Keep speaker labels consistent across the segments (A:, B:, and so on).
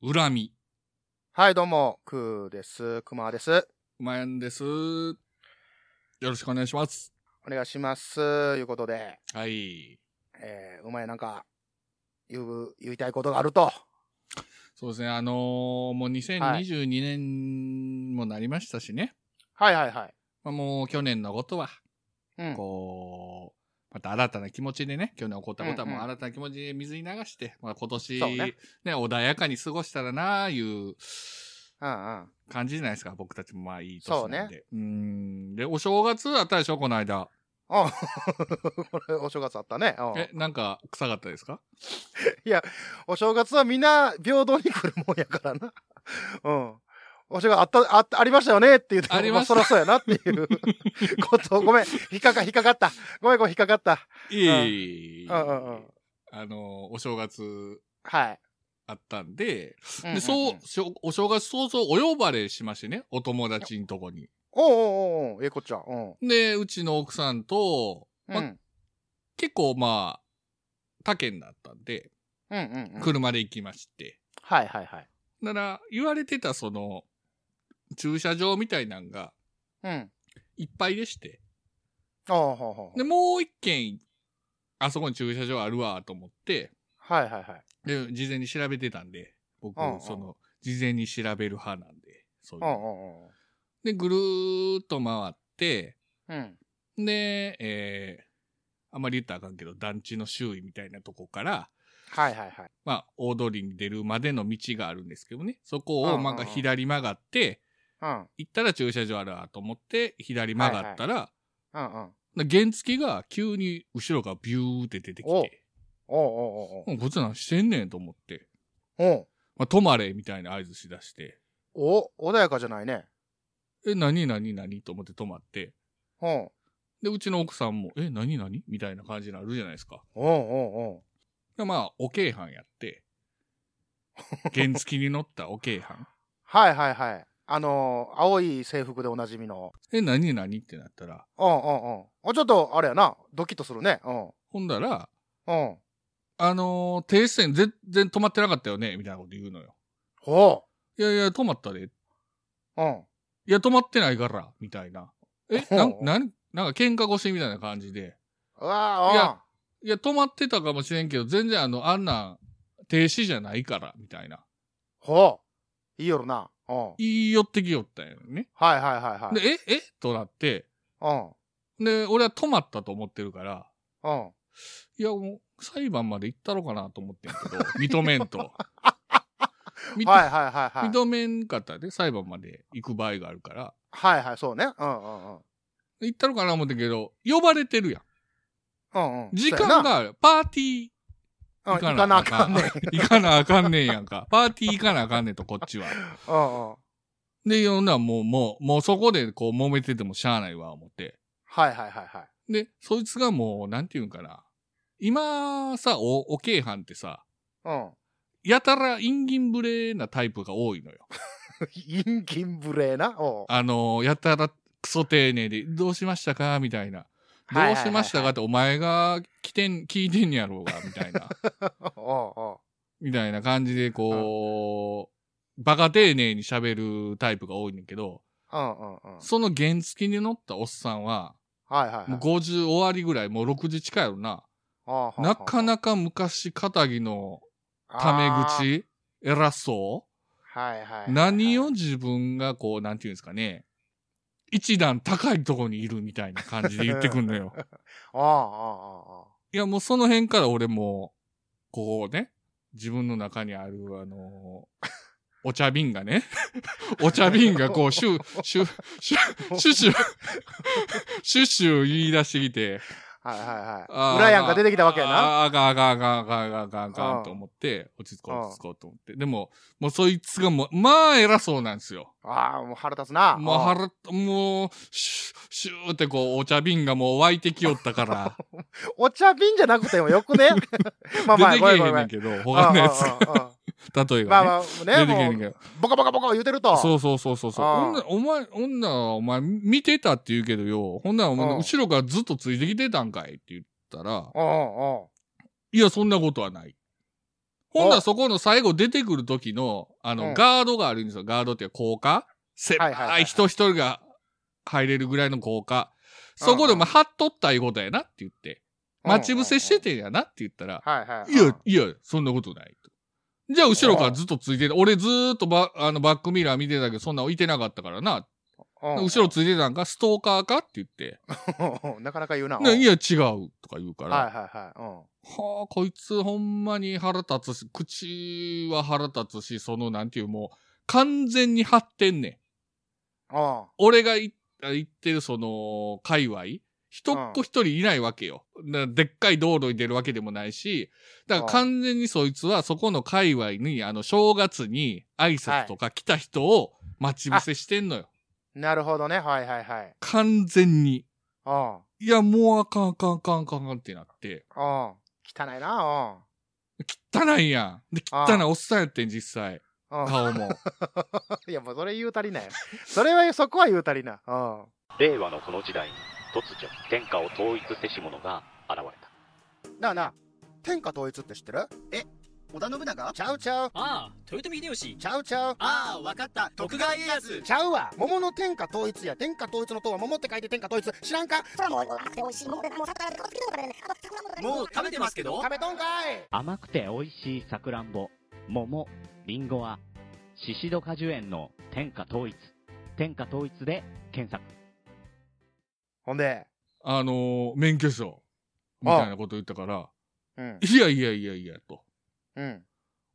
A: 恨み。
B: はい、どうも、くーです。くまです。
A: まえんです。よろしくお願いします。
B: お願いします。いうことで、
A: はい。
B: えー、うまいなんか、言う、言いたいことがあると。
A: そうですね、あのーもう2022年もなりましたしね。
B: はいはいはい。
A: まあ、もう去年のことは、
B: うん。
A: こう、また新たな気持ちでね、去年起こったことは
B: うんうん
A: もう新たな気持ちで水に流して、まあ、今年
B: そう
A: ね
B: ね
A: 穏やかに過ごしたらなあいう
B: うんうん。
A: 感じじゃないですか、僕たちもまあいい年なんで。
B: そう
A: うーん。で、お正月あったでしょ、この間。
B: あ これ、お正月あったね。うん
A: え、なんか臭かったですか
B: お正月はみんな平等に来るもんやからな。 うん。お正月あった、あった、ありましたよねって言って、
A: ありました
B: あそらそうやなっていう こと。ごめん。引っかか、引っかかった。ごめん、ごめん、引っかかった。
A: いえいえいえいえ
B: うんうんうん。
A: あの、お正月
B: はい。
A: あったんで、
B: ん
A: で、
B: んん
A: そう、しょお正月早々お呼ばれしましてね、お友達んとこに。
B: おうおうおうおうええこっちゃ。うん。
A: で、うちの奥さんと、ま
B: うん。
A: 結構まあ、他県だったんで、
B: うんうんうん。
A: 車で行きまして。
B: はいはいはい。
A: なら、言われてたその、駐車場みたいなんが
B: うん。
A: いっぱいでして。
B: ああ、ほうほう。
A: で、もう一軒、あそこに駐車場あるわ、と思って、
B: はいはいはい。
A: で、事前に調べてたんで、僕
B: うんう、ん
A: その、事前に調べる派なんで、そういう
B: う
A: の
B: んうんうん。
A: で、ぐるーっと回って、
B: うん。
A: で、えー、あんまり言ったらあかんけど、団地の周囲みたいなとこから、
B: はいはいはい。
A: まあ、大通りに出るまでの道があるんですけどね、そこ
B: うんうん
A: を
B: うん
A: なんか左曲がって、
B: うん。
A: 行ったら駐車場あるわと思って、左曲がったら、
B: うんうん。
A: な原付が急に後ろからビューって出てき
B: お
A: て、
B: おうおうおう
A: もうこっちなんしてんねんと思って、
B: おう
A: まあ、止まれみたいな合図しだして、
B: おうお穏やかじゃないね。
A: え、何何何と思って止まって、
B: うん。
A: で、うちの奥さんも、え、何何みたいな感じになるじゃないですか。
B: おうお
A: で、まあ、お京阪やって、原付に乗ったお京阪。
B: うおうはいはいはい。あのー、青い制服でおなじみの。
A: え、何何ってなったら、
B: うんうんうん。あ、ちょっと、あれやな。ドキッとするね。うん。
A: ほんだら、
B: うん。
A: あのー停止線全然止まってなかったよねみたいなこと言うのよ。
B: ほ。
A: いやいや、止まったで。いう
B: うん。
A: や、止まってないから、みたいな。え、なん
B: ほ、う
A: なん、なんか喧嘩腰みたいな感じで。
B: うわ
A: いやいや、止まってたかもしれんけど、全然あの、あんなん、停止じゃないから、みたいな。
B: うん。ほう。いいよるな。うん。はい
A: 言い寄ってきよったんやね。
B: はいはいはい。
A: で、え、えとなって、
B: うん。
A: で、俺は止まったと思ってるから、
B: うん。
A: いや、もう、裁判まで行ったろかなと思ってんけど、 認めんと。認
B: はいはいはいはい。
A: 認めんかったで、裁判まで行く場合があるから。
B: はいはい、そうね。うんうんうん。
A: 行ったろかな思ってんけど、呼ばれてるやん。
B: うんうん。
A: 時
B: そうや
A: 間
B: な
A: がある。パーティー
B: うん
A: 行
B: 行
A: かな
B: かな
A: あ
B: あ
A: か
B: か
A: ん
B: ん
A: ね
B: ね
A: ん。 行かなあかんねんやんか。パーティー行かなあかんねんと、こっちは。
B: うんうん。
A: で、呼んだらもう、もう、もうそこでこう揉めててもしゃあないわ、思って。
B: はいはいはいはい。
A: で、そいつがもう、なんていうんかな。今さ、お、お京阪ってさ、
B: うん。
A: やたら陰銀無礼なタイプが多いのよ。
B: 陰金無礼な。おう
A: あの、やたらクソ丁寧で、どうしましたかみたいな。どうしましたかって、お前が来てん、聞いてんやろうが、みたい な。
B: おうおう
A: みたいな感じで、こう、バカ丁寧に喋るタイプが多いねんだけど、
B: うんうんうん。はい
A: その原付に乗ったおっさんは、
B: はいはい。
A: もう50終わりぐらい、もう60近いやろな。
B: ああ
A: なか
B: か
A: なか昔、肩木のタメ。口、偉そう。
B: ああはいはいはい。
A: 何を自分がこう、なんていうんですかね、一段高いところにいるみたいな感じで言ってくんのよ。
B: あああああ
A: いや、もうその辺から俺も、こうね、自分の中にある、あのーお茶瓶がね、お茶瓶がこう、シュ、シュ、シュ、シュシュ、シュシュ言い出してきて、
B: あ。はいはい
A: あ
B: は
A: ー
B: い。裏やんか出てきたわけやな。
A: あーあかんあかんあかんあかんあかんあかんあかん
B: うん
A: と思って、落ち着こ
B: う
A: う、
B: ん
A: 落ち着こうと思って。でも、もうそいつがもう、まあ偉そうなんですよ。
B: ああ、もう腹立つな。
A: もう
B: うん
A: 腹っ、もう、シュッ、シューってこう、お茶瓶がもう湧いてきよったから、
B: お茶瓶じゃなくてもよ くね。 まあ
A: 出
B: まあ、
A: て
B: ご
A: け
B: め
A: え
B: んご
A: へ
B: め
A: んねん
B: んごめん。
A: けど、他のやつが、
B: うんうんうん
A: 例え
B: ま
A: ば
B: あ
A: ね。
B: ま
A: 出
B: あ、ね、
A: てけえへ
B: も
A: んけ
B: う、
A: ど。
B: ボコボコボコ言うてると。
A: そうそうそうそうそう。
B: ああ
A: 女、お前、女、お前、見てたって言うけどよ。ほんなら、お前
B: うん
A: 後ろからずっとついてきてたんかいって言ったら、
B: うんうんうん。
A: いや、そんなことはない。ほんならそこの最後出てくる時の、あ
B: う
A: の、
B: ん
A: ガードがあるんですよ。ガードっていうか高架
B: はいはい
A: 狭
B: はい
A: い人一人が入れるぐらいの高架。そこでお前、貼っとったいうことやなって言って。待ち伏せして。てんやなって言ったら、
B: はいはい。
A: いや、いや、そんなことないと。じゃあ、後ろからずっとついてた。俺ずーっとバあのバックミラー見てたけど、そんなん置いてなかったからな。
B: うん
A: 後ろついてたんか、ストーカーかって言って。
B: うんなかなか言うな。
A: ないや、違うとか言うか
B: うん
A: ら。
B: はい
A: は
B: はいはい。
A: あ、こいつほんまに腹立つし、口は腹立つし、そのなんていうもう、完全に張ってんねん。
B: うん。うん
A: 俺がい言ってるその、界隈、一っ子一人いないわけよ。なでっかい道路に出るわけでもないし、だから完全にそいつはそこの界隈に、あの、正月に挨拶とか来た人を待ち伏せしてんのよ。
B: なるほどね。はいはいはい。
A: 完全に。
B: うん。うん。
A: いや、もうあかんあかんあかんあかんあかんってなって。
B: 汚いな。
A: 汚いやん。で、
B: あ
A: 汚いおっさんやってん、実際。
B: うん。うん。
A: 顔も。
B: いや、もうそれ言うたりなよ。それは、そこは言うたりな。うん。
C: 令和のこの時代に突如天下を統一せし者が現れた
D: なあなあ天下統一って知ってるえ織田信長ちゃうちゃう
E: ああ豊臣秀吉
D: ちゃうちゃう
E: ああわかった徳川家康
D: ちゃうわ桃の天下統一や天下統一の塔は桃って書いて天下統一知らんか
F: それはもう甘くて美味しいもので、もう桜で顔つけたからね。あと桜も食べて
E: もう食べてますけど
D: 食べとんかい
G: 甘くて美味しいさくらんぼ、桃、りんごは、シシド果樹園の天下統一、天下統一で検索。
B: ほんで。
A: あのー免許証。みたいなこと言ったから、
B: うん。
A: いやいやいやいや、と。
B: うん。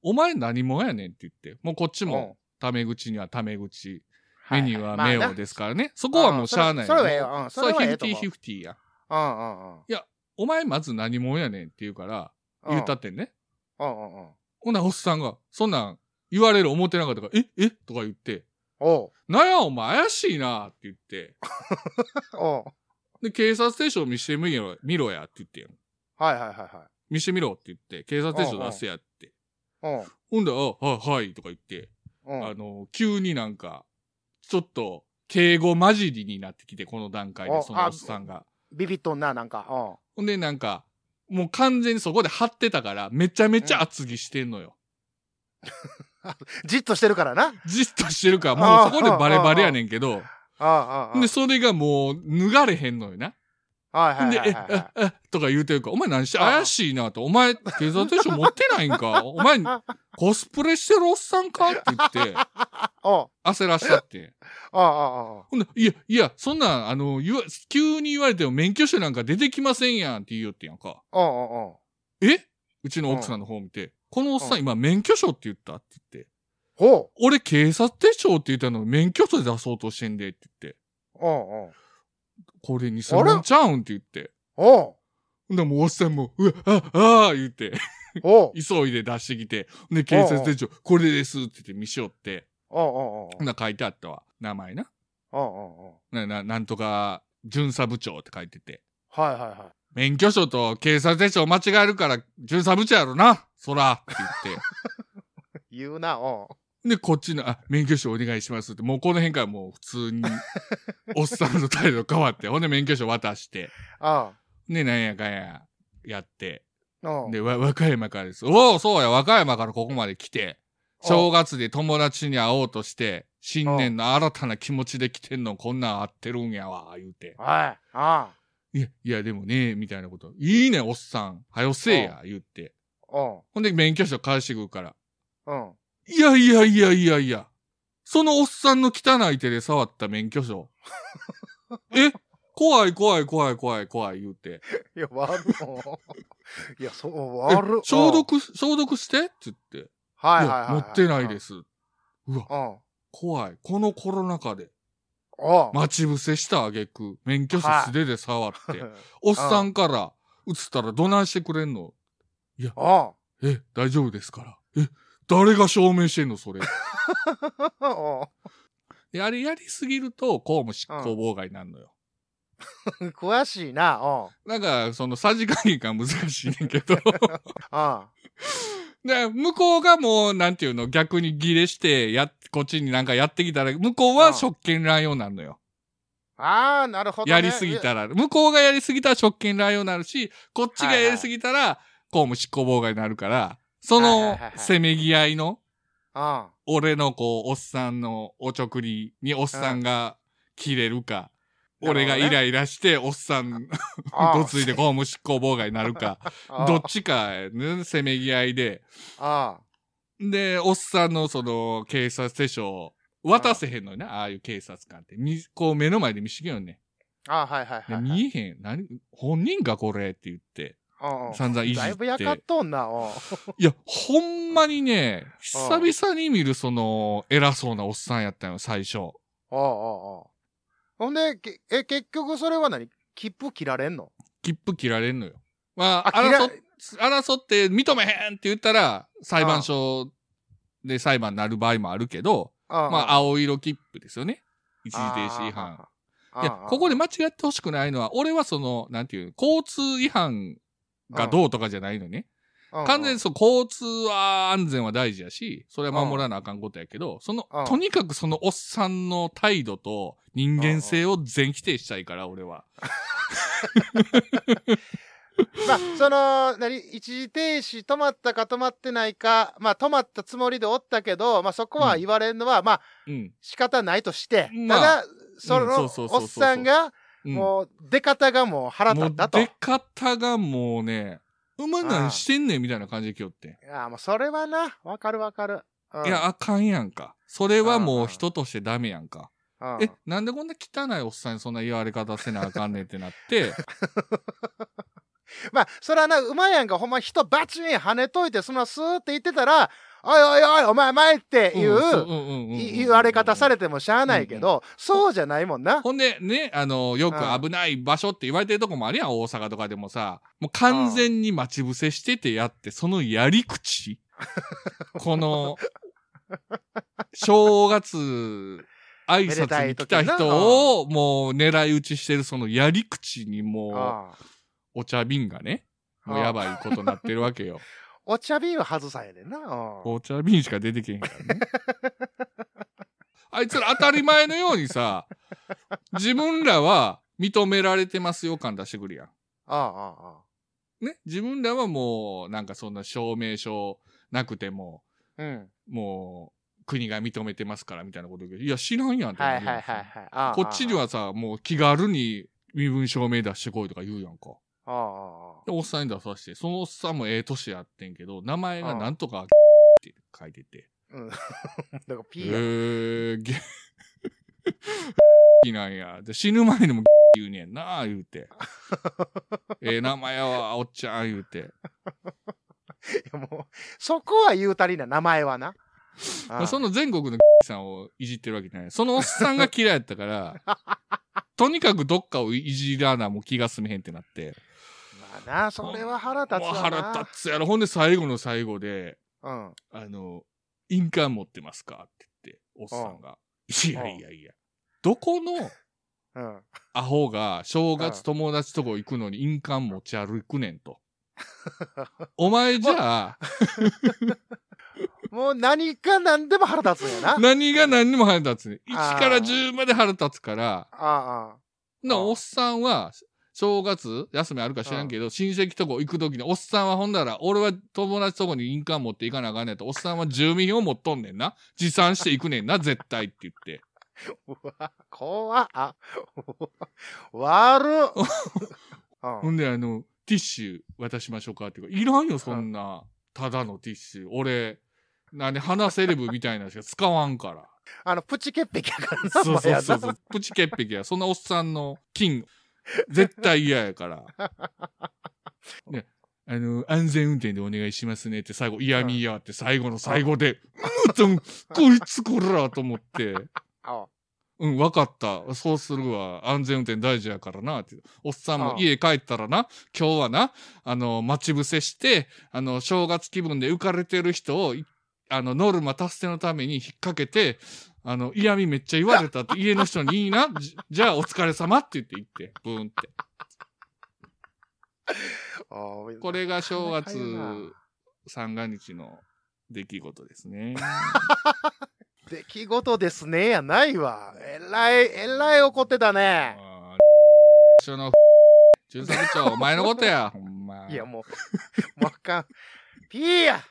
A: お前何者やねんって言って。もうこっち
B: うん
A: も、タメ口にはタメ口、
B: は
A: メ
B: い
A: ニューは
B: まあ
A: メ
B: な
A: オですからね。そこはもうしゃあない。
B: それそれはええわうん
A: それは
B: それは
A: フィ
B: ええ
A: フテ
B: と
A: ィ
B: 思う
A: フィフティや。
B: うんうんうん。
A: お前まず何者やねんって言うから、言ったってんね。
B: うんうんうん。
A: ほな、おっさんが、そんなん言われる思ってなかったから、ええとか言って、
B: おう。
A: なんやお前怪しいなって言って、
B: おう。
A: で、警察手帳見してみろ、見ろやって言ってん
B: はいはいはいはい。
A: 見してみろって言って、警察手帳出せやって。
B: おう。
A: ほんで、あ、はい、はい、とか言って、
B: うん。
A: あの、急になんか、ちょっと、敬語混じりになってきて、この段階で、
B: あ
A: そのおっさんが。
B: ビビっとんな、なんか。うん。
A: ほんで、なんか、もう完全にそこで張ってたから、めちゃめちゃ厚着してんのよ。
B: じっとしてるからな。
A: じっとしてるから、もうそこでバレバレやねんけど、
B: ああ、ああ。
A: で、それがもう、脱がれへんのよな。
B: はい
A: ほ
B: は
A: ん
B: い
A: で、
B: は
A: え、
B: いはいはい
A: あ。、あ、とか言うてるから、お前何して、
B: ああ
A: 怪しいなと、お前、警察手帳持ってないんか、お前、コスプレしてるおっさんかって言って、
B: おう。
A: 焦らしちゃって。
B: ああ、ああ。
A: ほんで、いや、いや、そんなん、あの、言わ、急に言われても免許証なんか出てきませんやんって言いよってんやんか。
B: おうおうおう。
A: えうちの奥さんの方を見て、このおっさ
B: うん
A: ん今免許証って言ったって言って、
B: ほ
A: 俺警察手帳って言ったのに免許証出そうとしてんでって言って、
B: う。おう
A: これ偽
B: あら
A: 物ちゃうんって言って、
B: おう。おう。
A: ほんでもうおっさんも、うわ、あ、ああ、言って、
B: おう。
A: 急いで出してきて、ほんで警察手帳、これですって言って見しよって、
B: おうおうおう。
A: ほんな書いてあったわ。名前な。
B: おうおうおう。
A: な、な、なんとか、巡査部長って書いてて。
B: はいはいはい。
A: 免許証と警察手帳間違えるから、巡査部長やろな、そら、って言っ
B: 言うな、おう。
A: て。で、こっちの、あ、免許証お願いしますって、もうこの辺からもう普通に、おっさんの態度変わって、ほんで免許証渡して、
B: あ
A: で、なんやかんや、やって。
B: あ。おう。
A: で、わ、和歌山からです。おお、そうや、和歌山からここまで来て、正月で友達に会おうとして、新年の新たな気持ちで来てんの、こんなん会ってるんやわ、言うて。
B: はい。ああ。
A: いや、いや、でもね、みたいなこと。いいね、おっさん。はよせえや、言って。
B: おう。
A: ほんで免許証返してくるから。
B: うん。
A: いやいやいやいやいや。そのおっさんの汚い手で触った免許 証。え怖い怖い怖い怖い怖い言うて。
B: いや、悪っ。おういや、そう、
A: え
B: 悪っ。
A: 消
B: おう。
A: 毒、消毒してって言って。
B: はい
A: い
B: はい
A: や
B: はい。
A: 持ってないで。す。うわ、
B: うん。
A: 怖い。このコロナ禍で
B: おう。
A: 待ち伏せした挙句、免許証素手で触 って、おっさんから移ったらどないしてくれんの
B: おう。
A: え、大丈夫ですから。え、誰が証明してんの それ。
B: お
A: で、あれやりすぎると公務執行妨害になるのよ。
B: う。 詳しいな、おう。
A: なんか、そのさじ加減が難しいねんけ ど。
B: あ
A: で、向こうがもう、なんていうの、逆にギレして、や、こっちになんかやってきたら、向こう
B: う
A: は
B: ん
A: 職権乱用になるのよ。
B: ああ、なるほど、ね。
A: やりすぎたら。向こうがやりすぎたら職権乱用になるし、こっちが
B: はいはい
A: やりすぎたら、公務執行妨害になるから、そ
B: はいはい
A: の
B: はいはい
A: せめぎ合いの、
B: あ
A: 俺のこう、おっさんのおちょくりにおっさんが切れるか、
B: うん
A: 俺が
B: なるほどね
A: イライラして、おっさん、
B: あ。
A: どついて公務執行妨害になるか、
B: ああ
A: どっちかやね、せめぎ合いで。
B: あ
A: で、おっさんのその、警察手帳、渡せへんのよね、ああいう警察官って。みこう目の前で見してけよね。
B: あ。ああ、はいはいはい
A: で
B: はい。
A: 見えへん。何本人かこれって言って。
B: うんうん
A: 散々いじって。
B: だいぶやかっとんな。うん
A: いや、ほんまにね、久々に見るその、偉そうなおっさんやったよ、最初。
B: おうおうおうほんで、けえ、結局それは何切符切られんの
A: 切符切られんのよ。まあ、
B: あ切ら
A: 争っ、争って認めへんって言ったら、裁判所で裁判になる場合もあるけど、
B: あ
A: まあ、
B: あ、
A: 青色切符ですよね。一時停止違反。いや、ここで
B: も
A: 間違ってほしくないのは、俺はその、なんていう、交通違反がどうとかじゃないのね。完全にそう、交通は安全は大事やし、それは守らなあかんことやけど、その
B: うん、
A: とにかくそのおっさんの態度と人間性を全否定したいから、俺は。
B: まあ、その、何、一時停止、止まったか止まってないか、まあ、止まったつもりでおったけど、まあ、そこは言われるのは、まあ、
A: うん。
B: 仕方ないとして、
A: まあ
B: ただ、その、
A: うんそうそうそうそう
B: おっさんが、
A: うん
B: もう、出方がもう腹立
A: も
B: っ
A: う
B: たと。
A: 出方がもうね、うまなんしてんねんみたいな感じで今日って。
B: ああ、もうそれはな、わかるわかる。うん
A: いや、、あかんやんか。それはもう人としてダメやんか。
B: うん
A: え、なんでこんな汚いおっさんにそんな言われ方せなあかんねんってな って、
B: まあ、それはな、馬やんがほんま人バチン跳ねといて、そのスーって言ってたら、おいおいおい、お前前っていう、い言われ方さ
A: れ
B: れてもしゃあないけど、そうじゃないもんな。
A: ほんでね、あの、よく危ない場所って言われてるとこもあるやん、大阪とかでもさ。もう完全に待ち伏せしててやって、そのやり 口この、正月、挨
B: めでた
A: 拶
B: い
A: に来
B: 時
A: た
B: な
A: 人をもう狙い撃ちしてるそのやり口にも
B: ああ
A: う、お茶瓶がね、もうやばいことになってるわけよ。
B: お茶瓶は外さやでな。うん
A: お茶瓶しか出てけへんからね。あいつら当たり前のようにさ、自分らは認められてますよ感出してくるや
B: あああああ
A: ん。ね自分らはもう、なんかそんな証明書なくても、
B: あうん。
A: もう、国が認めてますからみたいなこと言うけど、いや、知らんやんって
B: はい
A: な
B: はい
A: る
B: は
A: や
B: い
A: ん
B: はい。ああ
A: こっちに。はさ、もう気軽に身分証明出してこいとか言うやんか。
B: あああ
A: でおっさんに出させて、そのおっさんもええ年やってんけど、名前がなんとか、って書いてて。
B: あ。うん。だからピ
A: え
B: ーや
A: ー、ゲ なんや。で死ぬ前にも言うねんな、言う て。ええ名前やわ、おっちゃん、言うて。
B: いやもう、そこは言うたりな、名前はな。あ
A: ま
B: あ
A: あその全国のさんをいじってるわけじゃない。そのおっさんが嫌いやった から、とにかくどっかをいじらなもう気が済めへんってなって。
B: まあな、それは腹立つ
A: もう
B: わな。
A: 腹立つやろ。ほんで最後の最後で、
B: うん。
A: あの、印鑑持ってますかって言って、おっさんが。いやいやいや。どこの、
B: うん。
A: アホが正月友達とこ行くのに印鑑持ち歩くねんと。お前じゃあ、
B: もう何か何でも腹立つんやな。あ
A: 何が何にも腹立つねん。
B: あー
A: 1から10まで腹立つから、
B: あ
A: な
B: あー
A: おっさんは、正月、休みあるか知らんけど、親戚とこ行くときに、おっさんはほんなら、俺は友達とこに印鑑持っていかなあかんねんと、おっさんは住民票持っとんねんな。持参していくねんな、絶対って言って。
B: あ。うわ、怖っ。あ、 悪っ。う
A: ほ
B: ん。
A: んで、あの、ティッシュ渡しましょうかって言うからいらんよ、そんな。ただのティッシュ。俺、なんで鼻セレブみたいなのしか使わんから。
B: あの、プチ潔癖やからな。
A: そう
B: お前
A: そう
B: は
A: そ
B: な
A: うそう。プチ潔癖や。そんなおっさんの金、絶対嫌や から。ね、あの、安全運転でお願いしますねって最後、嫌味やって最後の最後で、うんと、こいつこらと思って。
B: あ
A: うん、わかった。そうするわ。安全運転大事やからな。って。おっさん
B: あ
A: も
B: あ
A: 家帰ったらな、今日はな、あの、待ち伏せして、あの、正月気分で浮かれてる人を、いあの、ノルマ達成のために引っ掛けて、あの、嫌味めっちゃ言われたって、家の人にいいな、じじゃあお疲れ様って言って言って、ブーンって。
B: あ
A: これが正
B: なかなか言う
A: 月三が日の出来事です ね。
B: な出来事ですね、やないわ。えらい、えらい怒ってたね。
A: あー一緒の、 巡査部長、お前のことや、ほんま。
B: いや、もう、もうあかん。ピーや。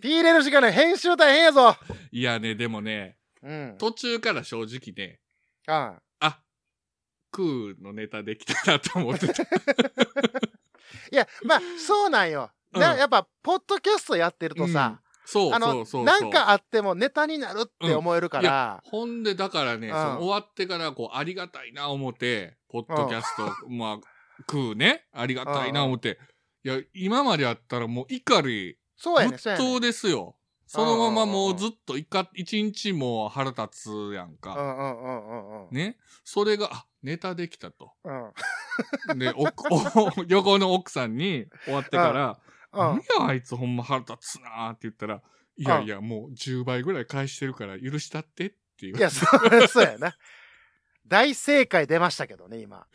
B: ピー入れるしかない。編集大変やぞ。
A: いやね、でもね、
B: うん。
A: 途中から正直ね、
B: ああ
A: あ、クーのネタできたなと思って た。
B: いや、まあ、そうなんよ。な
A: うん
B: やっぱ、ポッドキャストやってるとさ、
A: そう
B: あの
A: そうそうそう。
B: なんかあってもネタになるって思えるから、
A: ほんで、だからね、
B: うん
A: その終わってから、こう、ありがたいな思って、ポッドキャスト、まあ、食うね、ありがたいな思って、いや、今までやったらもう怒り、
B: そうやね、
A: ぶっ
B: そうやね。
A: 当ですよ。そのままもうずっといか、一日も腹立つやん
B: う
A: か。
B: んうんうんうんうん。
A: ね。それが、あ、ネタできたと。
B: うん。うん
A: で、お、 お、横の奥さんに終わってから、何やあいつほんま腹立つなーって言ったら、いやいや、もう10倍ぐらい返してるから許したってっていう。
B: いや、そう、 そうやな。大正解出ましたけどね、今。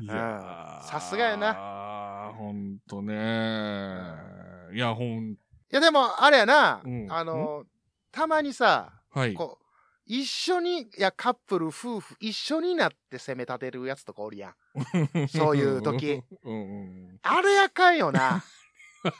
A: い
B: うんさすがやな
A: な。ほんとねー。いや、ほん、
B: いや、でも、あれやな、
A: うん
B: あの、たまにさ、
A: はい。
B: こう、一緒に、いや、カップル、夫婦、一緒になって攻め立てるやつとかおるやん。そういう時。
A: うんうんうん。
B: あれやかんよ な。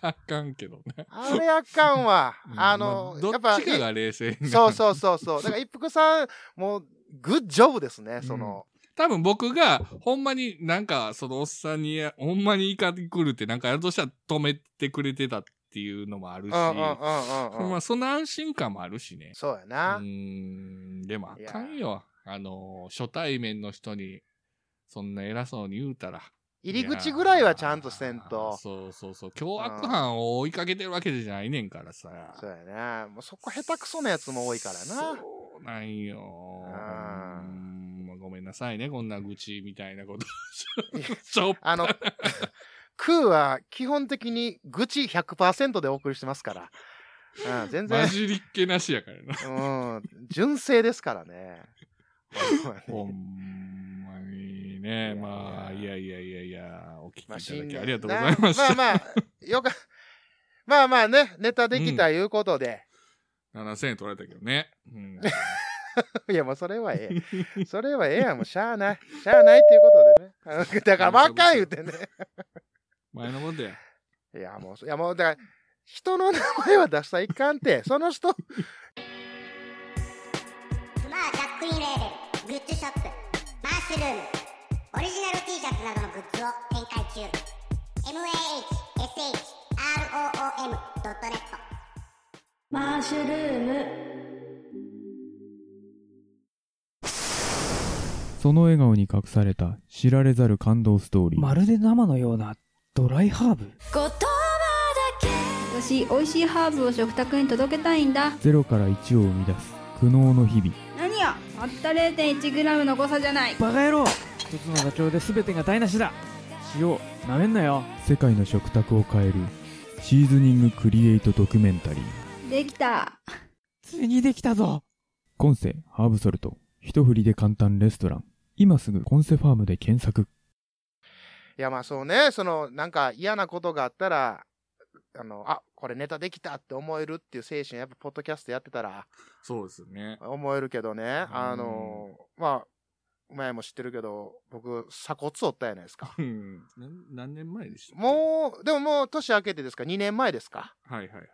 A: あかんけどね。
B: あれやかんわ
A: う。ん
B: あの、
A: ま
B: や
A: あ
B: っぱ
A: どっち、かが冷静になる
B: そうそうそうそう。だから、一服さん、もう、グッジョブですね、その。
A: 多分僕が、ほんまになんか、そのおっさんに、ほんまに怒り来るってなんかやるとしたら止めてくれてたっていうのもある
B: う
A: し、
B: んうんうんうんうん。
A: まあその安心感もあるしね。
B: そうや
A: う
B: な。
A: ーん、でもあかんよ。あの、初対面の人に、そんな偉そうに言うたら。
B: 入り口ぐらいはちゃんとせん
A: いやー
B: と。
A: そうそうそう。凶悪犯を追いかけてるわけじゃないねんからさ。
B: そうやな。もうそこ下手くそなやつも多いからな。
A: そうなんよ。
B: あ
A: う
B: ー
A: んまあごめんなさいね、こんな愚痴みたいなこと。
B: いや
A: ちょっ
B: あの、 クーは基本的に愚痴100%でお送りしてますから。うん、全
A: 混
B: 然、
A: じりっけなしやからな。
B: うん、純正ですか らね。
A: ほんまにね。まあ、いやいやいやいや、お聞きいた
B: ま
A: だ
B: 新
A: き
B: 年
A: ありがとうございまし
B: な
A: た。
B: まあまあ、よか、まあまあね、ネタできたいうことで。
A: 7000円取られたけどね。うん、
B: いや、もうそれはええ。それはええやん、もうしゃあない。しゃあないっていうことでね。だ から、ばっかん言うてね。
A: 前のもんだよ。
B: いや、もう、いや、もう、だから、人の名前は出したらいかんて、その人、
F: まあジャックインレーベルグッズショップマッシュルームオリジナル T シャツなどのグッズを展開中 MAHSHROOM.net
H: マッシュルーム
I: その笑顔に隠された知られざる感動ストーリー。
J: まるで生のようなドライハーブ
H: 言葉だけ私美味しいハーブを食卓に届けたいんだ
I: ゼロから1を生み出す苦悩の日々。
H: 何やたった 0.1g の誤差じゃない
J: バカ野郎一つの妥協で全てが台無しだ塩なめんなよ
I: 世界の食卓を変えるシーズニングクリエイトドキュメンタリー。
H: できた
J: ついにできたぞ
I: コンセハーブソルト。一振りで簡単レストラン。今すぐコンセファームで検索。
B: いやまあそうね、そのなんか嫌なことがあったら、あの、あ、これネタできたって思えるっていう精神、やっぱポッドキャストやってたら
A: そうですね。
B: 思えるけどね、あの、まあ、お前も知ってるけど、僕、鎖骨折ったやないですか。
A: うん。な何年前でしたっけ
B: もう、でももう年明けてですか、2年前ですか。
A: はいはいはいはい。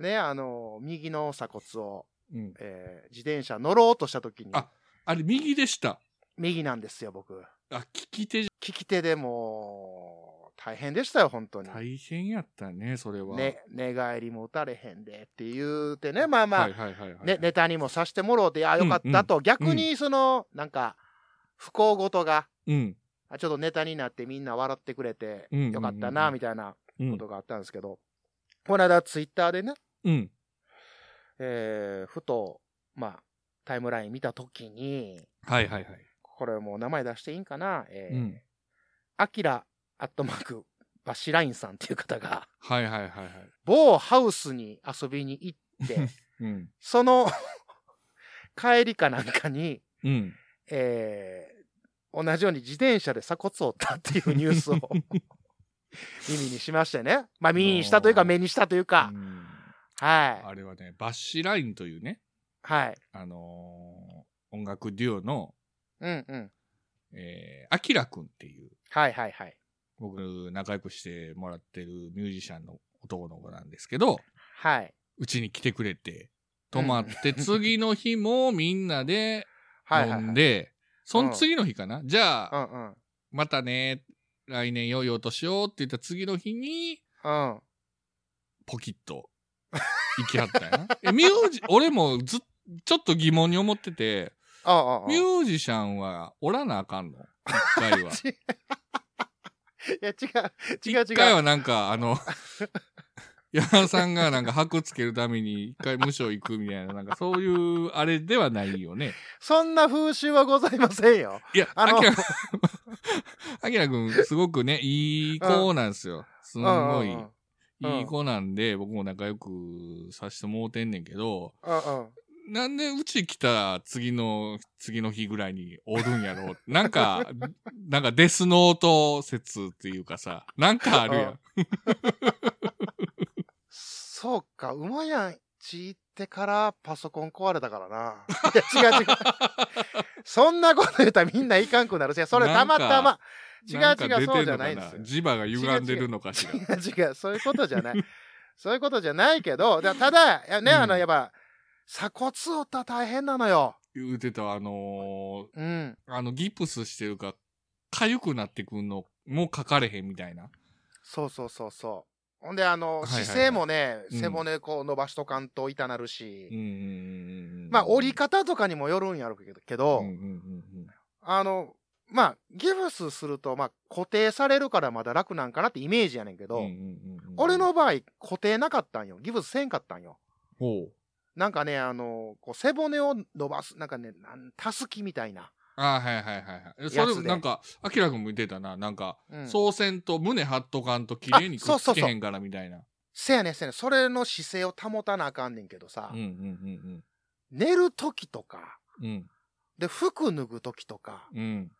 B: ね、あの、右の鎖骨を、
A: うん。
B: えー自転車乗ろうとした時に、
A: ああれ、右でした。
B: 右なんですよ、僕。
A: あ、利き手じ
B: 利き手でもう、大変でしたよ、本当に
A: ゃ。。大変やったね、それは。
B: ね、寝返りも打たれへんでって言うてね、まあまあ、
A: はいはいはいはい。
B: ね、ネタにもさしてもろうて、あよかったと、逆にその、なんか、不幸事が、
A: うん。
B: あちょっとネタになってみんな笑ってくれて、
A: うんうんうんうん
B: よかったな、みたいな
A: う
B: こ
A: ん
B: と。があったんですけど、この間ツイッターでね、
A: うん。
B: えーふと、まあ、タイムライン見たときに、
A: はいはいはい。
B: これもう名前出していいんかな、え
A: う
B: ー
A: ん。
B: アキラアットマークバシラインさんっていう方が、
A: はいはいはいはい。
B: 某ハウスに遊びに行って、
A: うん。
B: その帰りかなんかに、
A: うん。
B: えー同じように自転車で鎖骨を折ったっていうニュー スを耳にしましてね。まあ耳にしたというか目にしたというか
A: う、ん
B: はい。
A: あれはね、バッシュラインというね、
B: はい。
A: あのー音楽デュオの、
B: うんうん。
A: えー、アキラくんっていう、
B: はいはいはい。
A: 僕、仲良くしてもらってるミュージシャンのお東の子なんですけど、
B: はい。
A: うちに来てくれて、泊まって、次の日もみんなで
B: はいはい、
A: 飲
B: はい。
A: んで、その次の日かな、じゃ
B: う
A: あ、
B: んうん。
A: またね、来年良いお年をって言った次の日に、
B: うん。
A: ポキッと行きはったん やな。え、ミュージ、俺もずっ、ちょっと疑問に思ってて、
B: ああああ。
A: ミュージシャンはおらなあかんの一回は。
B: ちいや、違う。違う
A: 一回
B: 違う。
A: はなんか、あ の、山田さんがなんか白つけるために一回無所行くみたいな、なんかそういうあれではないよね。
B: そんな風習はございませんよ。
A: いや、
B: あ
A: あ
B: の
A: きら、あきらくん、すごくね、いい子なんですよ。すんごい、
B: うんうんうん
A: いい子なんで、僕も仲良くさせてもうてんねんけど、
B: うんうん。
A: なんでうち来た次の、次の日ぐらいにおるんやろう。なんか、なんかデスノート説っていうかさ、なんかあるやん。
B: そうか、うまやんち行ってからパソコン壊れたか らな。いや、違う違う。そんなこと言ったらみんないかんくなるし、それたまたま。違う
A: なんか出て
B: 違
A: ん
B: う、
A: の
B: そ
A: か
B: うじゃないんですよ。
A: 磁場が歪んでるのかしら。
B: 違う違 う、そういうことじゃない。そういうことじゃない けど、だただ、いやね、
A: うん
B: あの、やっぱ、鎖骨折ったら大変なのよ。
A: 言うてた、あの
B: うん。
A: ーあの、ギプスしてるか、痒くなってくんのも書かれへんみたいな。
B: そうそうそうそう。ほんで、あ
A: はい
B: の、
A: はいはい
B: 姿勢もね、
A: うん
B: 背骨こう伸ばしとかんと痛なる
A: うん
B: し、
A: うんうんうん
B: まあ、折り方とかにもよるんやろうけど、
A: うんうんうん
B: あの、まあ、ギブスすると、まあ、固定されるからまだ楽なんかなってイメージやねんけ
A: うん
B: ど、
A: うんうんうん
B: 俺の、場合、固定なかったんよ。ギブスせんかったんよ。
A: ほう。
B: なんかね、あの、こう背骨を伸ばす、なんかね、なんたすきみたいな。
A: ああ、はいはいはいはい。そ
B: や
A: れ
B: つで
A: なんか、アキラ君も言ってたな。なんか、
B: うん、う。
A: 総選と胸張っとかんと綺麗にくっつけへんからみたいな。
B: せやねんせやねんそれの姿勢を保たなあかんねんけどさ、
A: うんうん
B: 寝るときとか、
A: うんうん。うん
B: で、服脱ぐときとか、
A: うん。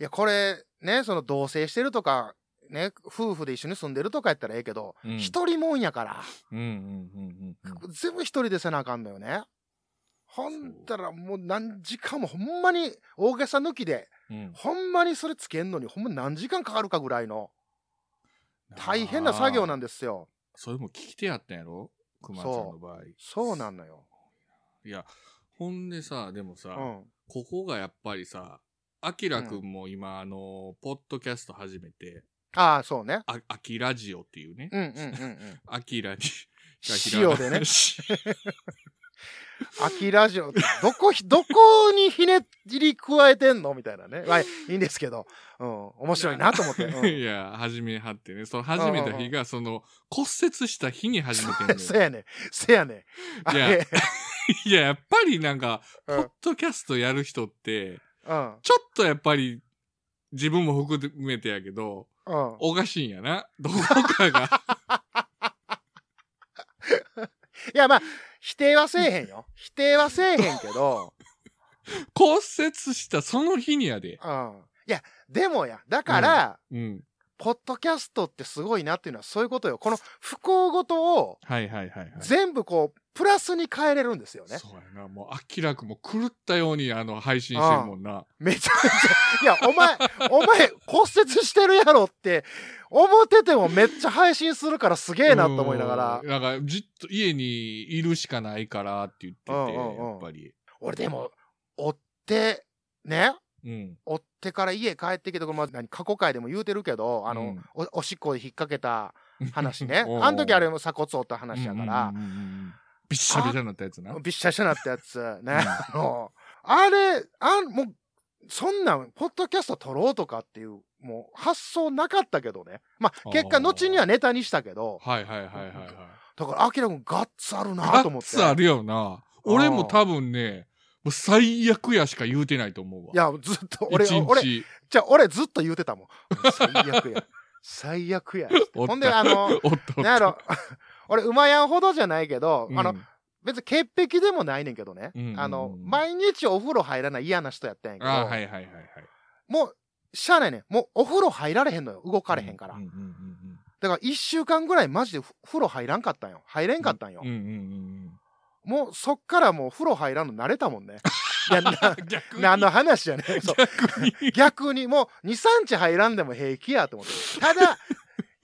B: いや、これ、ね、その同棲してるとか、ね、夫婦で一緒に住んでるとかやったらええけど、
A: うん
B: 一、人もんやから。
A: うんうんうんうんうん。
B: 全部一人でせなあかんのよね。ほんだらもう何時間もほんまに大げさ抜きで、
A: うん
B: ほんまにそれつけんのにほんま何時間かかるかぐらいの大変な作業なん
A: で。
B: ですよ。
A: それも聞き手やったんやろ熊ちゃんの場合。
B: そうなんのよ。
A: いや、ほんでさ、でもさ、
B: うん。
A: ここがやっぱりさ、アキラくんも今、あの、ポッドキャスト始めて、
B: ああ、そうね。
A: あ、アキラジオって いうね、
B: うんうんうんうん。
A: アキ ラに、
B: 塩でね
A: し
B: 秋ラジオ、どこひ、どこにひねり加えてんのみたいなね。はい、いいんですけど。うん。面白いなと思って。
A: いや、始めはってね、その始めた日が、その、骨折した日に始めてんの
B: うん。
A: よ
B: せやねん。せやねん。 あ
A: いや
B: れ
A: いや、やっぱりなんか、
B: う
A: ポ
B: ん
A: ッドキャストやる人って、
B: うん。
A: ちょっとやっぱり、自分も含めてやけど、
B: うん。
A: おかしいんやな。どこかが。
B: いや、まあ、否定はせえへんよ。否定はせえへんけど、
A: 骨折したその日にやで。
B: うん。いや、でもや、だから、
A: うん。
B: ポッドキャストってすごいなっていうのはそういうことよ。この不幸ごとを
A: はいはいはい、はい。
B: 全部こう、プラスに変えれるんですよね。
A: そうやな。もう、明らくも狂ったように、あの、配信してるもんな。
B: めちゃめち ゃ、いや、お前、お前骨折してるやろって、思っててもめっちゃ配信するからすげえなと思いながら
A: う。ん。なんか、じっと家にいるしかないからって言ってて、
B: うんうんうん
A: やっぱり。
B: 俺でも、追って、ね、
A: うん。
B: 追ってから家帰ってきて、これまあ何過去回でも言うてるけど、あの、
A: うん。
B: おおしっこで引っ掛けた話 ね
A: おうおう
B: あの時あれも鎖骨折った話やか
A: う
B: ら
A: ん、うんうんうんびっしゃびしゃになったやつな。
B: びっしゃびしゃになったやつ、ね。 あの、あれ、あんもう、そんなん、ポッドキャスト撮ろうとかっていう、もう発想なかったけどね。まあ、結
A: あ
B: 果、
A: ー
B: 後にはネタにしたけど、
A: はいはいはいはいはい。
B: だから、アキラ君ガッツあるな
A: ガ
B: と思
A: ッ
B: って。
A: ツあるよな。俺も多分ね、もう最悪やしか言うてないと思うわ。
B: い、や、ずっと、俺、
A: 一日
B: 俺、じゃあ俺ずっと言うて たもん。最悪や。最悪や。
A: おった
B: ほんで、あの、
A: おっとおっと。
B: なんやろ、 俺、馬やんほどじゃないけど、
A: うん
B: あの、別に潔癖でもないねんけどね。
A: うんうんうん
B: あの、毎日お風呂入らない嫌な人やったんやけど、
A: あーはいはいはいはい。
B: もう、しゃあないねん。もうお風呂入られへんのよ。動かれへんから。
A: うんうんうん
B: だから一週間ぐらいマジでふ風呂入らんかったんよ。入れんかったんよ。
A: うん。うんうんうん
B: もうそっからもう風呂入らんの慣れたもん ね。いや、な
A: うん。逆に。
B: 何の話やね ん。そう
A: 逆に。
B: 逆にもう2、3日入らんでも平気やと思って。ただ、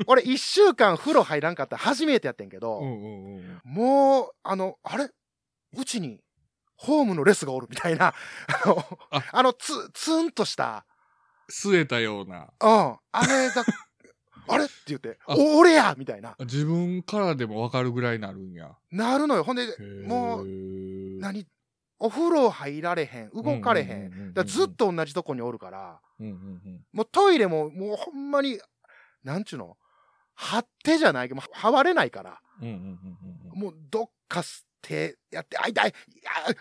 B: 俺一週間風呂入らんかった初めてやってんけど、
A: うんうんうん。
B: もう、あの、あれうちに、ホームのレスがおるみたいな、あの、
A: あ
B: あのつ、ツンとした、
A: 据えたような。
B: うん、あれ が、あれって言って、
A: あ
B: お、俺やみたいな。
A: 自分からでもわかるぐらいになるんや。
B: なるのよ。ほんで、もう
A: う
B: 何お風呂入られへん、動かれへん。
A: ん
B: だからずっ。と同じとこにおるから、
A: うんうんうん
B: もうトイレも、もうほんまに、なんちゅうの張ってじゃないけど、もうはわれないから、
A: うんうんうんうんうん
B: もうどっか手やって、あ、痛い、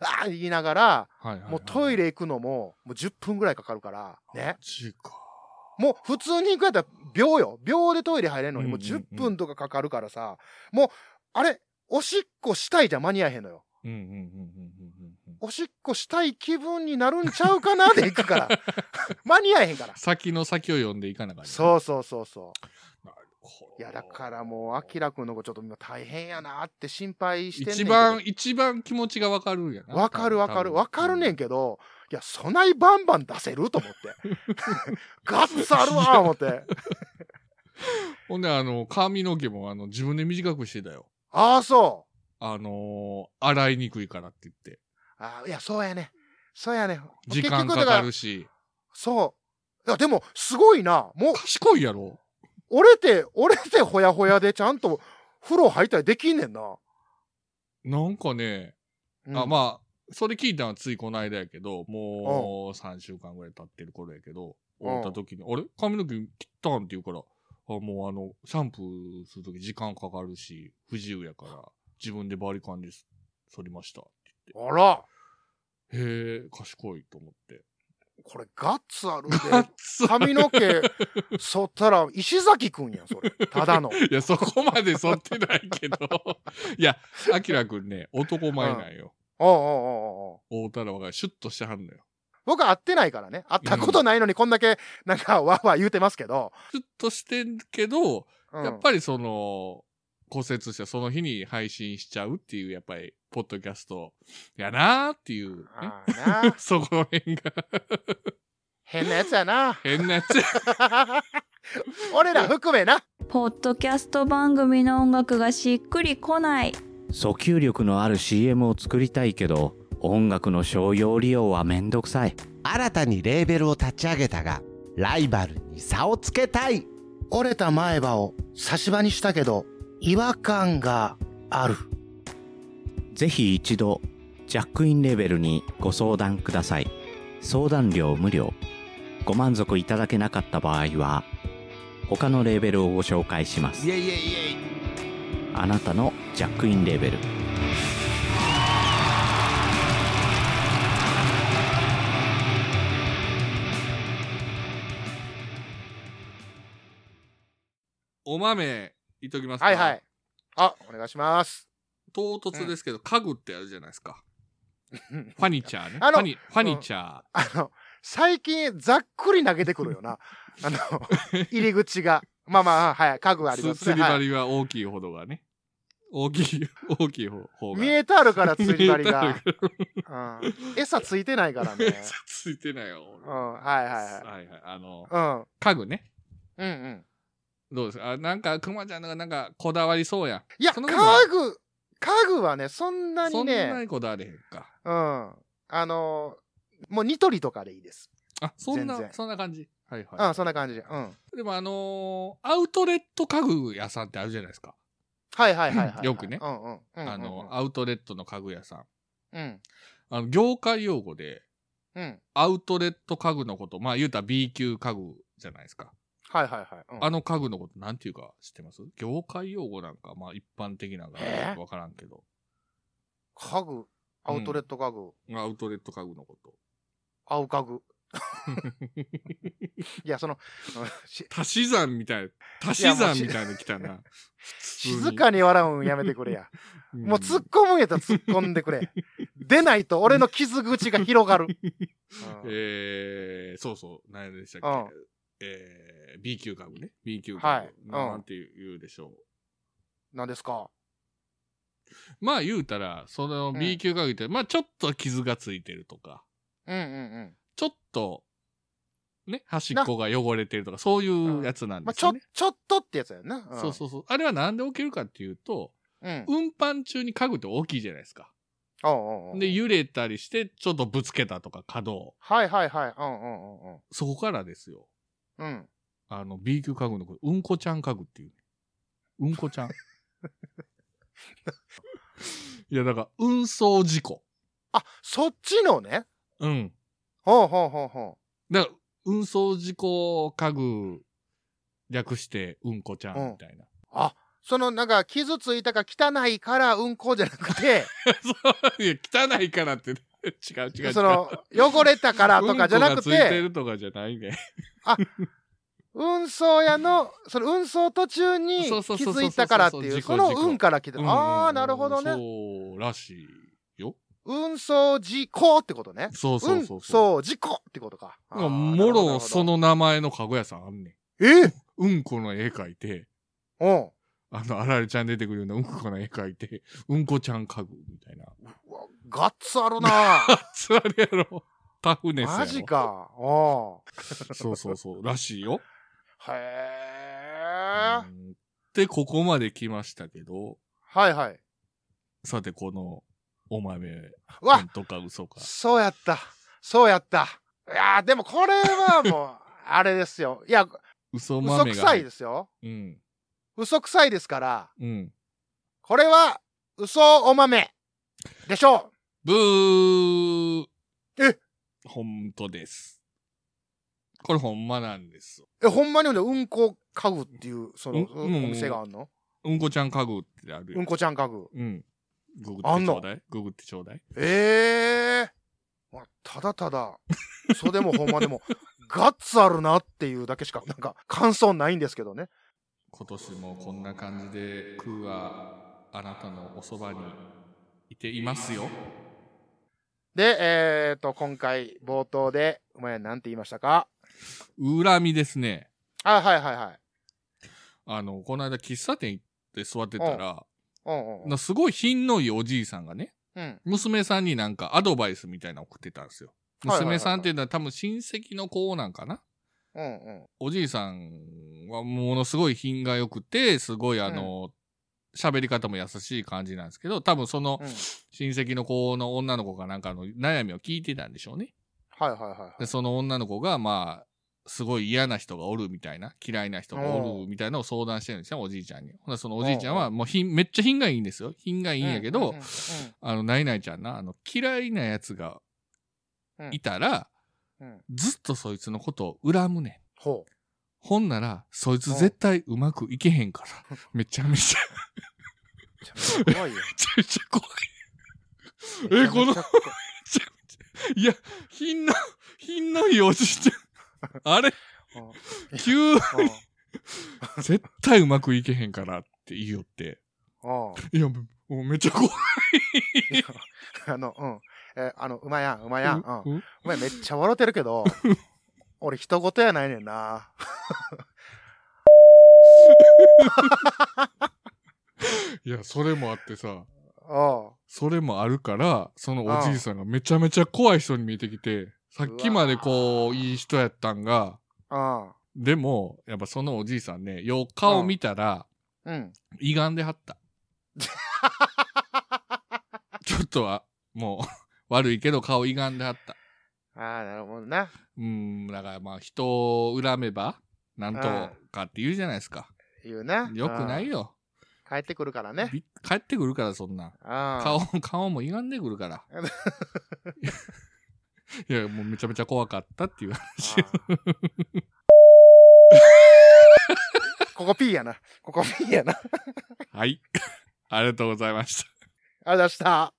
B: あ、あ、言いながら、
A: はいはい。
B: もうトイ
A: レ。
B: レ行くのも、もう10分ぐらいかかるから、ね。
A: ちか。
B: もう普通に行くやったら秒よ。秒でトイレ入れんのに、もう
A: うんうんうん
B: 10分とかかかるからさ、もう、あれ、おしっこしたいじゃ間に合えへんのよ。
A: うんうんうんうんうんうんうん。
B: おしっこしたい気分になるんちゃうかなで行く から。間に合えへんから。
A: 先の先を読んでいかなかった。う。
B: そうそうそうそ
A: こう
B: う。いや、だからもう、アキラくんの子ちょっと今大変やなって心配してんねんけ
A: 一
B: ど。
A: 番、一番気持ちがわかるんやな。
B: わかるわかる。
A: 多分
B: わかるねん。けど、いや、そないバンバン出せると 思って。ガッツあるわ思って。
A: ほんで、あの、髪の毛も、あの、自分で短くしてたよ。
B: ああ、そう。
A: あのー洗いにくいからって言って。
B: あいや、そうやね。そうやね。
A: 時間か
B: だ
A: からるし。
B: そう。いや、でも、すごいな。もう、
A: 賢いやろ。
B: 折れて、折れてほやほやで、ちゃんと風呂入ったりできんねんな。
A: なんかね、
B: うん
A: あ、まあ、それ聞いたのはついこの間やけど、もう3週間ぐらい経ってる頃やけど、
B: うん
A: 終わった時に、あれ髪の毛切ったんって言うから、あもうあの、シャンプーする時時間かかるし、不自由やから、自分でバリカンです。剃りました。
B: あら、
A: へえ、賢いと思って。
B: これガッツある
A: あっ
B: で。
A: つ
B: 髪の毛、剃ったら、石崎くんやん、それ。た だ の。
A: いや、そこまで剃ってないけど。 いや、アキラくんね、男前なんよ。
B: おうおうおうおう
A: 大太郎がシュッとしてはんのよ。
B: 僕は会ってないからね。会ったことないのに、こんだけ、なんか、わーわー言うてますけど。
A: シュッとしてんけど、
B: うん
A: やっぱりその、骨折してその日に配信しちゃうっていう、やっぱり、ポッドキャストやなーっていう、ね。
B: ああな
A: そこら辺が。
B: 変なやつやな
A: 変なやつ。
B: 俺ら含めな。
H: ポッドキャスト番組の音楽がしっくりこない
G: 訴求力のある CM を作りたいけど音楽の商用利用はめんどくさい
K: 新たにレーベルを立ち上げたがライバルに差をつけたい
B: 折れた前歯を差し歯にしたけど違和感がある
G: ぜひ一度ジャックインレベルにご相談ください相談料無料ご満足いただけなかった場合は他のレーベルをご紹介します
K: イエイイエイイエイ
G: あなたのジャックインレベル
A: お豆、言っときますか。
B: はいはい。あお願いします
A: 唐突ですけど、家具ってあるじゃないですか。ファニチャーね。フ
B: あの
A: ァニ、ファニチャー。
B: あの最近ざっくり投げてくる よなあの入り口がまあまあはい家具がありますす
A: 釣
B: ね、
A: り
B: は
A: 針は大きいほどがね。大きい、 大きい方方
B: い、
A: が。
B: 見えてあるから釣り針
A: 見え
B: が
A: た、ら
B: うん、餌ついてないからね、
A: 嘘ついてないよ。
B: うん、はいは
A: はいはい。あの
B: い、はい
A: 家具ね。
B: うんうんうん
A: どうですかあ、なんか、くまちゃんのがなんか、こだわりそうやん。
B: いや
A: そ
B: 家
A: んなことない
B: 具家具はねそんな
A: そ
B: に
A: んな
B: ね
A: にこだわれへんか。
B: うんあのもうニトリとかでいいです
A: あ、そん
B: 全
A: な、
B: 然
A: そんな感じ。はいはい。
B: うんそんな感じうんはい
A: でもあのーアウトレット家具屋さんってあるじゃないですか。
B: はいはいはい、はい、
A: よくね
B: うんうんうんうんうん
A: あの、アウトレットの家具屋さん。
B: うん。
A: あの、業界用語で、
B: うん。
A: アウトレット家具のこと、まあ言うたら B 級家具じゃないですか。
B: はいはいはい。うん
A: あの家具のことなんていうか知ってます業界用語なんか、まあ一般的なのか
B: え
A: わからんけど。
B: 家具、アウトレット家具、
A: アウトレット家具のこと。
B: 合う家 具。いや、その、 うんし
A: 足し算みたいな、足し算みたいなの来た な。
B: 静かに笑うんやめてく れや。
A: に
B: もう突っ込むんやったら突っ込んで くれ。出ないと俺の傷口が広がる。うん
A: えー、そうそう、何でしたっけ、
B: うん
A: えー、B 級株ね。B 級株。
B: はい
A: な
B: うん
A: なんて言うでしょ
B: 何ですか
A: う。まあ言うたら、その
B: ん
A: B 級株って、まあちょっと傷がついてるとか、
B: うんうん
A: ちょっと、ね、端っこが汚れてるとか、そういうやつなん
B: まあ、
A: で
B: ち
A: す
B: ょ
A: よね。、
B: ちょっとってやつやんな。ん
A: そうそうそう。あれはなんで起きるかっていうと、運搬中に家具って大きいじゃないですか。で、揺れたりして、ちょっとぶつけたとか、角を。
B: はいはいはい。うんうんうんうん。
A: そこからですよ。
B: うん。
A: あの、B 級家具のこと、うんこちゃん家具っていう。うんこ ちゃん。いや、だから、運送事故。
B: あ、そっちのね。
A: うん。
B: ほうほうほうほ
A: だから、運送事故家具、略して、うんこちゃんみたいな。
B: あ、そのなんか傷ついたか汚いからうんこじゃなくて、
A: いや、汚いからって、違う違う違う。
B: その汚れたからとかじゃなく
A: う
B: て
A: んこがついてるとかじゃないね。
B: 運送屋の、その運送途中に気
A: そうそうそうそう
B: づいたからっていう、
A: 事故
B: その
A: 事故
B: 運から来て
A: う
B: る。
A: んうんうん
B: ああ、なるほどね。
A: そうらしいよ。
B: 運送事故ってことね。
A: そうそうそう
B: そう。事故ってことか。あー
A: もろその名前の家具屋さんあんね
B: ん。え
A: うんこの絵描いて、
B: うん。
A: あの、あられちゃん出てくるようなうんこの絵描い て、うんこちゃん家具みたいな。
B: ガッツあ るなガッ
A: ツあるや ろ。タフネスやろ。
B: マジか。お
A: そうそうそう。らしいよ。
B: へえ。
A: で、ここまで来ましたけど、
B: はいはい。
A: さて、この、お豆、
B: わ
A: 本当か嘘か。
B: そうやった。そうやった。いやーでもこれは もう、あれですよ。いや、
A: 嘘豆
B: 嘘
A: が。
B: くさいですよ。
A: うん。
B: 嘘くさいですから、
A: うん。
B: これは、嘘お豆。でしょ
A: ブー
B: え
A: 本当です。これほんまなんです。
B: う。え、ほんまにほんで、うんこ家具っていう、その、
A: う
B: お
A: んうん
B: 店があんの
A: うんこちゃん家具ってあるよ
B: うんこちゃん家具。
A: うん。ググっ
B: あ
A: て
B: ん
A: ち
B: の
A: ょうだい。ググってちょうだい。
B: ええまあ、ただただ、嘘でもほんま でも、ガッツあるなっていうだけしか、なんか、感想ないんですけどね。
A: 今年もこんな感じで、クーはあなたのおそばにいていますよ。
B: で、えっ、ー、と、今回、冒頭で、お前なんて言いましたか
A: 恨みですね。
B: あ、はいはいはい。
A: あの、この間喫茶店行って座ってたら、
B: うんうんうん。
A: なすごい品のいいおじいさんがね、
B: うん。
A: 娘さんになんかアドバイスみたいなの送ってたんですよ。
B: はいはいはいはい
A: 娘さんっていうのは多分親戚の子なんかな
B: うんうん。
A: おじいさんはものすごい品が良くて、すごいあの、喋、り方も優しい感じなんですけど、多分その親戚の子の女の子がなんかの悩みを聞いてたんでしょうね。
B: はいはいはいはい。
A: で、その女の子がまあ、すごい嫌な人がおるみたいな、嫌いな人がおるみたいなのを相談してるんですよ、おじいちゃんに。ほな、そのおじいちゃんはもう品、めっちゃ品がいいんですよ。品がいいんやけど、あの、ないないちゃんな、あの、嫌いなやつが
B: うん
A: いたら、
B: うん。
A: ずっとそいつのことを恨むねん。
B: ほう。
A: ほんなら、そいつ絶対うまくいけへん から、めちゃめちゃ、
B: 怖いよ。
A: めちゃめちゃ怖 い。え、この、めちゃめちゃ、いや、品の、品のいいおじいちゃん、あれ、急に、絶対うまくいけへんからって言いよって、
B: あ
A: いや、もうもうめっ ちゃ怖い。
B: あ。あの、うん。えーあの、うまやん、うまやん。うん。
A: うん
B: お前めっちゃ笑ってるけど、俺人事やないねんな。
A: いや、それもあってさ、
B: お
A: それもあるから、そのおじいさんがめちゃめちゃ怖い人に見えてきて、さっきまでこう、いい人やったんが、
B: あ
A: でも、やっぱそのおじいさんね、よう顔見たら、
B: うん。うん。
A: 歪んではった。 ちょっとは、もう、 悪いけど顔歪んではった。
B: ああ、なるほどな。
A: うーん、だからまあ人を恨めば、なんとかって言うじゃないですか。
B: 言うな。
A: よくないよ。
B: うん。帰ってくるからね。
A: び帰ってくるから、そんなん。
B: ああ。
A: 顔、顔も歪んでくるから。いや、もうめちゃめちゃ怖かったっていう話。
B: ここ P やな。ここ P やな。ありがとう
A: はい。ありがとうございました。
B: ございました。